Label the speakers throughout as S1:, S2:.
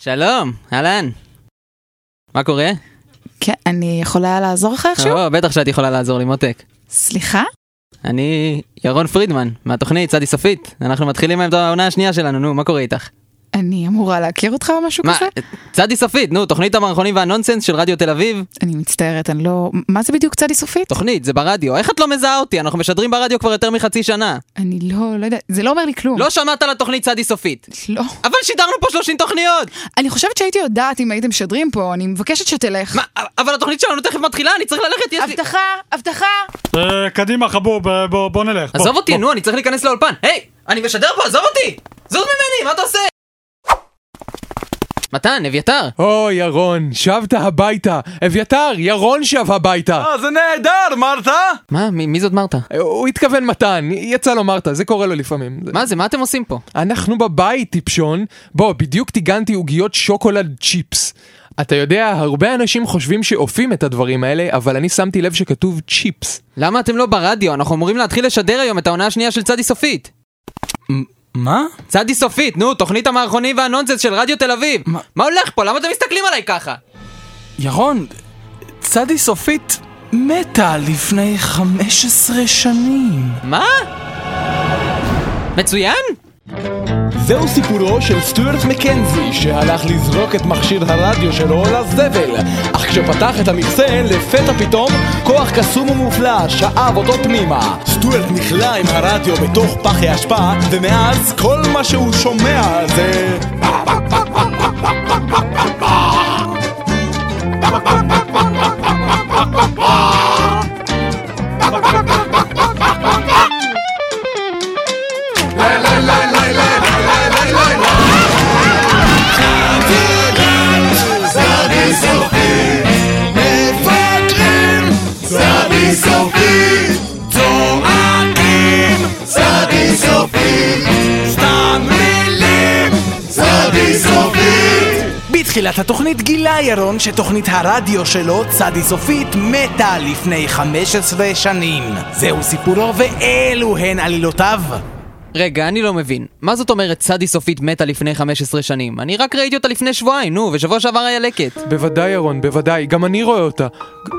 S1: שלום, אהלן. מה קורה?
S2: כן, אני יכולה לעזור לך איכשהו?
S1: או, בטח שאת יכולה לעזור לי, מותק.
S2: סליחה?
S1: אני ירון פרידמן, מהתוכנית צדי סופית. אנחנו מתחילים עם העונה השנייה שלנו, נו, מה קורה איתך?
S2: אני אמורה להכיר אותך או משהו
S1: מה,
S2: כזה?
S1: צדי סופית, נו, תוכנית המערכונים והנונסנס של רדיו תל אביב.
S2: אני מצטערת, אני לא... מה זה בדיוק צדי סופית?
S1: תוכנית, זה ברדיו. איך את לא מזהה אותי? אנחנו משדרים ברדיו כבר יותר מחצי שנה.
S2: אני לא, לא יודעת, זה לא אומר לי כלום.
S1: לא שמעת על התוכנית צדי סופית.
S2: לא.
S1: אבל שידרנו פה 30 תוכניות!
S2: אני חושבת שהייתי יודעת אם הייתם משדרים פה, אני מבקשת שתלך.
S1: מה, אבל התוכנית שלנו תכף מתחילה, אני צריך ללכת, יש לי...
S2: הבטחה, הבטחה!
S3: אה, קדימה חבוב, אה, בוא, בוא נלך. בוא,
S1: עזוב אותי,
S3: בוא.
S1: נו, אני צריך להיכנס לאולפן. היי, אני משדר פה, עזוב אותי! זוז ממני, מה אתה עושה? מתן, אביתר.
S4: אוי, ירון, שבת הביתה. אביתר, ירון שב הביתה.
S5: אה, זה נהדר, מרתה!
S1: מה, מי מי זאת מרתה?
S4: הוא התכוון מתן, יצא לו מרתה, זה קורה לו לפעמים. זה-
S1: מה זה, מה אתם עושים פה?
S4: אנחנו בבית, טיפשון. בוא, בדיוק טיגנתי עוגיות שוקולד צ'יפס. אתה יודע, הרבה אנשים חושבים שאופים את הדברים האלה, אבל אני שמתי לב שכתוב צ'יפס.
S1: למה אתם לא ברדיו? אנחנו אמורים להתחיל לשדר היום את העונה השנייה של צדי סופית.
S5: מה?
S1: צדי סופית, נו, תוכנית המערכונים והנונסנס של רדיו תל אביב.
S5: מה?
S1: מה הולך פה? למה אתם מסתכלים עליי ככה?
S5: ירון, צדי סופית מתה לפני 15 שנים.
S1: מה? מצוין?
S4: זהו סיפורו של סטיוארט מקנזי שהלך לזרוק את מכשיר הרדיו שלו לזבל אך כשפתח את המכסה לפתע פתאום כוח קסום ומופלא שאב אותו פנימה
S6: סטוארט נכלא עם הרדיו בתוך פחי אשפה, ומאז כל מה שהוא שומע זה...
S5: בתחילת התוכנית גילה ירון שתוכנית הרדיו שלו, צדי סופית, מתה לפני 15 שנים. זהו סיפורו ואלו הן עלילותיו.
S1: רגע, אני לא מבין. מה זאת אומרת צדי סופית מתה לפני 15 שנים? אני רק ראיתי אותה לפני שבועיים, נו, ושבוע שעבר היה לקט.
S4: בוודאי ירון, בוודאי, גם אני רואה אותה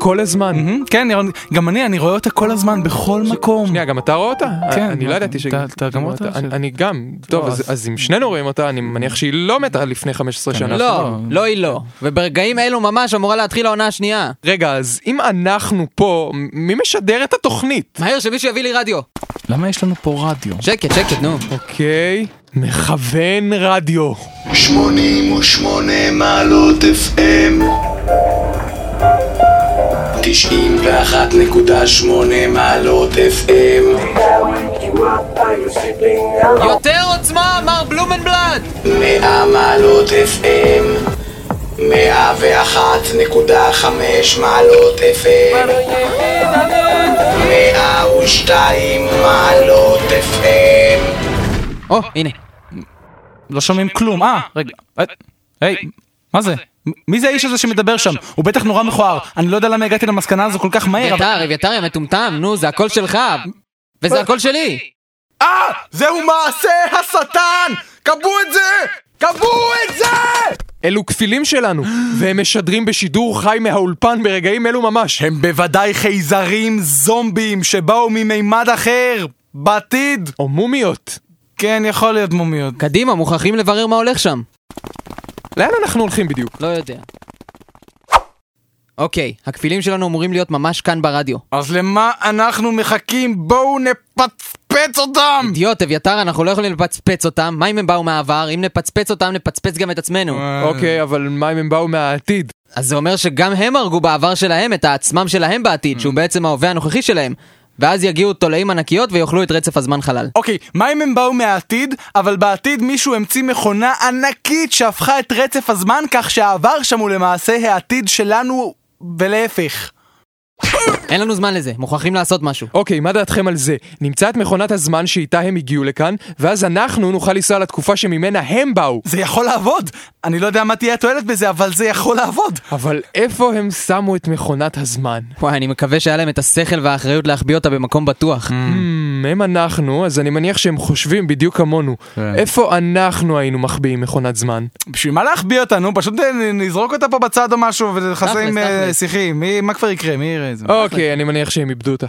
S4: כל הזמן
S5: כן, ירון, גם אני, אני רואה אותה כל הזמן, בכל מקום.
S4: שנייה, גם אתה רואה אותה?
S5: כן,
S4: אני לא
S5: אתה-
S4: ידעתי ש...
S5: אתה- אתה גם רואה אותה?
S4: אני- אני גם, טוב,
S5: לא,
S4: אז-
S5: אז- כן,
S4: אז אם שנינו רואים אותה, אני מניח שהיא לא מתה לפני 15 שנה.
S1: לא, לא היא לא. וברגעים אלו ממש אמורה להתחיל העונה השנייה.
S4: רגע, אז אם אנחנו פה, מ- מי משדר את התוכנית?
S1: מהר, שמישהו יביא לי רדיו.
S5: למה יש לנו פה רדיו?
S1: שקט, שקט, נו.
S4: אוקיי, מכוון רדיו.
S6: 88 מעלות FM 91.8 מעלות FM
S1: יותר עוצמה, מר בלומנבלד!
S6: 100 מעלות FM 101.5 מעלות FM 102 מעלות FM
S1: או, הנה.
S5: לא שומעים כלום. אה, רגע. אה, היי, מה זה? מ- מי זה האיש הזה שמדבר שם? הוא בטח נורא מכוער. אני לא יודע למה הגעתי למסקנה הזו כל כך מהר, אבל...
S1: אביתר, אביתר, יא מטומטם, נו, זה הקול שלך. וזה הקול שלי.
S6: זהו מעשה השטן! קבעו את זה! קבעו את זה!
S4: אלו כפילים שלנו, והם משדרים בשידור חי מהאולפן ברגעים אלו ממש.
S5: הם בוודאי חייזרים זומבים שבאו ממימד אחר. בעתיד.
S4: או מומיות.
S5: כן, יכול להיות מומיות.
S1: קדימה, מוכרחים לברר מה הולך שם.
S4: לאן אנחנו הולכים בדיוק?
S1: לא יודע. אוקיי, הכפילים שלנו אמורים להיות ממש כאן ברדיו.
S5: אז למה אנחנו מחכים? בואו נפצפץ אותם!
S1: אידיוט, אביתר, אנחנו לא יכולים לפצפץ אותם. מה אם הם באו מהעבר? אם נפצפץ אותם, נפצפץ גם את עצמנו.
S4: אוקיי, אבל מה אם הם באו מהעתיד?
S1: אז זה אומר שגם הם הרגו בעבר שלהם את העצמם שלהם בעתיד, שהוא בעצם ההווה הנוכחי שלהם. ואז יגיעו תולעים ענקיות ויאכלו את רצף הזמן חלל.
S5: אוקיי, מה אם הם באו מהעתיד, אבל בעתיד מישהו המציא מכונה ענקית שהפכה את רצף הזמן כך שהעבר שם הוא למעשה העתיד שלנו ולהפך.
S1: אין לנו זמן לזה, מוכרחים לעשות משהו.
S7: אוקיי, מה דעתכם על זה? נמצא את מכונת הזמן שאיתה הם הגיעו לכאן, ואז אנחנו נוכל לנסוע לתקופה שממנה הם באו.
S5: זה יכול לעבוד! אני לא יודע מה תהיה התועלת בזה, אבל זה יכול לעבוד!
S7: אבל איפה הם שמו את מכונת הזמן?
S1: וואי, אני מקווה שהיה להם את השכל והאחריות להחביא אותה במקום בטוח.
S7: Hmm, הם אנחנו, אז אני מניח שהם חושבים בדיוק כמונו. איפה אנחנו היינו מחביאים מכונת זמן?
S5: בשביל מה להחביא אותנו? פשוט אה, נ- נזרוק אותה פה בצד או משהו ונכנסה עם אה,
S1: תכלס.
S5: שיחים. מי- מה כבר יקרה? מי יראה את זה?
S7: אוקיי, אני מניח שהם איבדו אותה.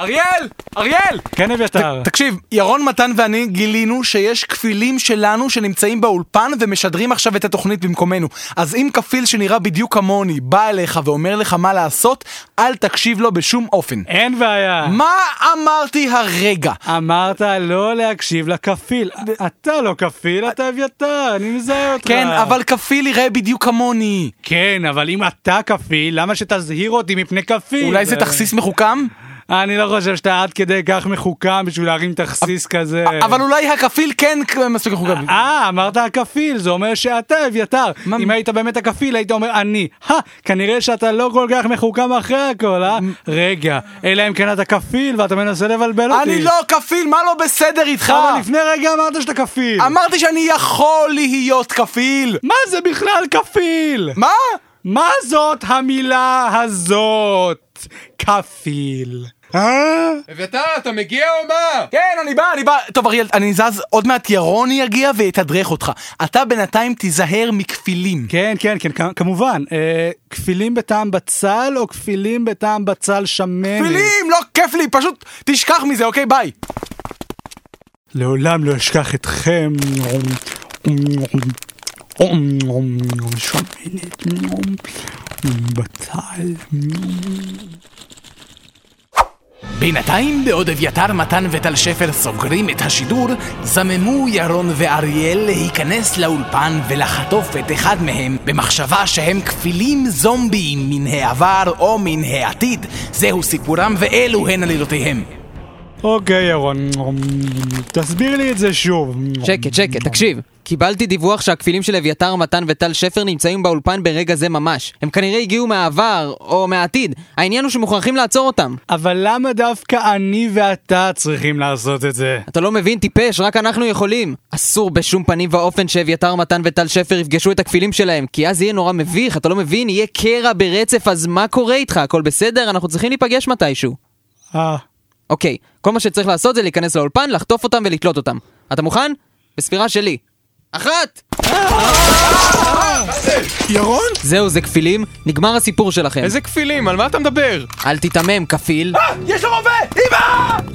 S5: אריאל! אריאל!
S3: כן, אביתר.
S5: אה, תקשיב, ירון מתן ואני גילינו שיש כפילים שלנו שנמצאים באולפן ומשדרים עכשיו את התוכנית במקומנו. אז אם כפיל שנראה בדיוק כמוני בא אליך ואומר לך מה לעשות, אל תקשיב לו בשום אופן.
S3: אין בעיה.
S5: מה אמרתי הרגע?
S3: אמרת לא להקשיב לכפיל. אתה לא כפיל, אתה אביתר, אני מזהה אותך.
S5: כן, אבל כפיל יראה בדיוק כמוני.
S3: כן, אבל אם אתה כפיל, למה שתזהיר אותי מפני כפיל?
S5: אולי זה תכסיס מחוכם?
S3: אני לא חושב שאתה עד כדי כך מחוכם בשביל להרים תכסיס כזה.
S5: אבל אולי הכפיל כן מספיק מחוכם.
S3: אה, אמרת הכפיל, זה אומר שאתה אביתר. אם היית באמת הכפיל, היית אומר אני. הא, כנראה שאתה לא כל כך מחוכם אחרי הכל, אה? רגע, אלא אם כן אתה כפיל ואתה מנסה לבלבל אותי.
S5: אני לא אה. כפיל, מה לא בסדר איתך?
S3: אבל לפני רגע אמרת שאתה כפיל.
S5: אמרתי שאני יכול להיות כפיל.
S3: מה זה בכלל כפיל?
S5: מה?
S3: מה זאת המילה הזאת? כפיל. אה?
S7: אביתר, אתה מגיע או מה?
S5: כן, אני בא, אני בא. טוב, אריאל, אני זז, עוד מעט ירון יגיע ויתדרך אותך. אתה בינתיים תיזהר מכפילים.
S3: כן, כן, כן, כ- כמובן. אה, כפילים בטעם בצל או כפילים בטעם בצל שמנת?
S5: כפילים, לא כיף לי, פשוט תשכח מזה, אוקיי? ביי.
S3: לעולם לא אשכח אתכם. שמנת, בצל.
S5: בינתיים, בעוד אביתר מתן וטל שפר סוגרים את השידור, זממו ירון ואריאל להיכנס לאולפן ולחטוף את אחד מהם במחשבה שהם כפילים זומביים מן העבר או מן העתיד. זהו סיפורם ואלו הן עלילותיהם.
S3: אוקיי, ירון, תסביר לי את זה שוב.
S1: שקט, שקט, תקשיב. קיבלתי דיווח שהכפילים של אביתר מתן וטל שפר נמצאים באולפן ברגע זה ממש. הם כנראה הגיעו מהעבר, או מהעתיד. העניין הוא שמוכרחים לעצור אותם.
S3: אבל למה דווקא אני ואתה צריכים לעשות את זה?
S1: אתה לא מבין, טיפש, רק אנחנו יכולים. אסור בשום פנים ואופן שאביתר מתן וטל שפר יפגשו את הכפילים שלהם, כי אז יהיה נורא מביך, אתה לא מבין, יהיה קרע ברצף, אז מה קורה איתך? הכל בסדר? אנחנו צריכים להיפגש מתישהו.
S3: אה,
S1: אוקיי, כל מה שצריך לעשות זה להיכנס לאולפן, לחטוף אותם ולתלות אותם. אתה מוכן? בספירה שלי. אחת!
S7: ירון?
S1: זהו, זה כפילים, נגמר הסיפור שלכם.
S7: איזה כפילים, על מה אתה מדבר?
S1: אל תיתמם, כפיל.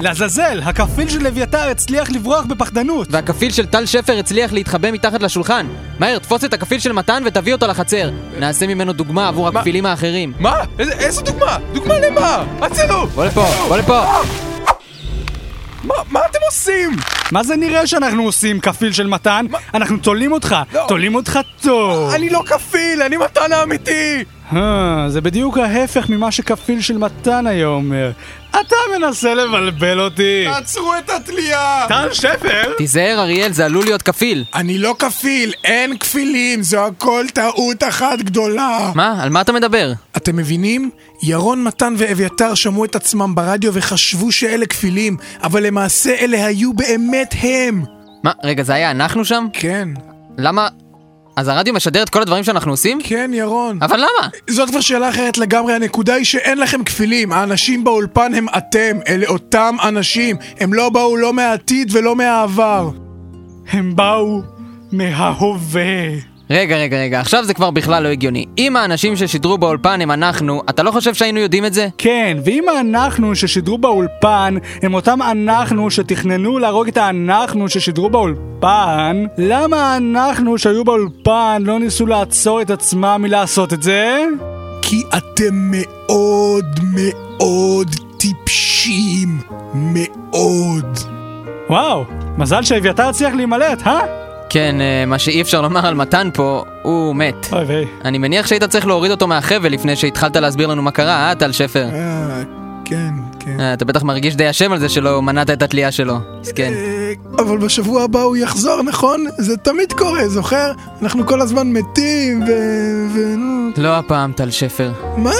S3: לעזאזל, הכפיל של אביתר הצליח לברוח בפחדנות.
S1: והכפיל של טל שפר הצליח להתחבא מתחת לשולחן. מהר, תפוס את הכפיל של מתן ותביא אותו לחצר. נעשה ממנו דוגמה עבור הכפילים האחרים.
S7: מה? איזה- איזה דוגמה? דוגמה למה? הצילו!
S1: בוא לפה, בוא לפה.
S7: מה- מה אתם עושים?
S3: מה זה נראה שאנחנו עושים כפיל של מתן? אנחנו תולים אותך,
S7: לא.
S3: תולים אותך טוב.
S7: אני לא כפיל, אני מתן האמיתי!
S3: אה, זה בדיוק ההפך ממה שכפיל של מתן היה אומר. אתה מנסה לבלבל אותי.
S6: עצרו את התלייה!
S3: טל שפר?
S1: תיזהר אריאל, זה עלול להיות כפיל.
S6: אני לא כפיל, אין כפילים, זו הכל טעות אחת גדולה.
S1: מה? על מה אתה מדבר?
S6: אתם מבינים? ירון מתן ואביתר שמעו את עצמם ברדיו וחשבו שאלה כפילים, אבל למעשה אלה היו באמת הם.
S1: מה, רגע, זה היה אנחנו שם?
S6: כן,
S1: למה? אז הרדיו משדר את כל הדברים שאנחנו עושים?
S6: כן, ירון.
S1: אבל למה?
S6: זאת כבר שאלה אחרת לגמרי, הנקודה היא שאין לכם כפילים, האנשים באולפן הם אתם, אלה אותם אנשים, הם לא באו לא מהעתיד ולא מהעבר.
S3: הם באו מההווה.
S1: רגע, רגע, רגע, עכשיו זה כבר בכלל לא הגיוני. אם האנשים ששידרו באולפן הם אנחנו, אתה לא חושב שהיינו יודעים את זה?
S3: כן, ואם האנחנו ששידרו באולפן הם אותם אנחנו שתכננו להרוג את האנחנו ששידרו באולפן, למה האנחנו שהיו באולפן לא ניסו לעצור את עצמם מלעשות את זה?
S6: כי אתם מאוד מאוד טיפשים. מאוד.
S3: וואו, מזל שאביתר הצליח להימלט, אה?
S1: כן, אה, מה שאי אפשר לומר על מתן פה, הוא מת.
S3: אוי ויי.
S1: אני מניח שהיית צריך להוריד אותו מהחבל לפני שהתחלת להסביר לנו מה קרה, אה, טל שפר?
S6: אה, כן, כן.
S1: אה, אתה בטח מרגיש די אשם על זה שלא מנעת את התלייה שלו. כן, מסכן.
S6: אה, אבל בשבוע הבא הוא יחזור, נכון? זה תמיד קורה, זוכר? אנחנו כל הזמן מתים ו... ו... נו,
S1: לא הפעם, טל שפר.
S6: מה?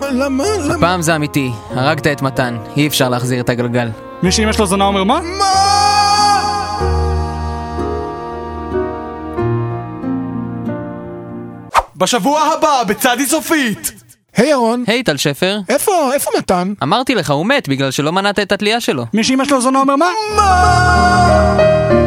S6: מה? למה, למה, למה?
S1: פעם זה אמיתי, הרגת את מתן, אי אפשר להחזיר את הגלגל.
S3: מי שאמא שלו זונה אומר מה?
S4: בשבוע הבא, בצד סופית!
S6: היי ירון,
S1: היי טל שפר,
S6: איפה, איפה מתן?
S1: אמרתי לך, הוא מת בגלל שלא מנעת את התלייה שלו.
S3: מי שאמא שלו זונה אומר מה?
S6: מה?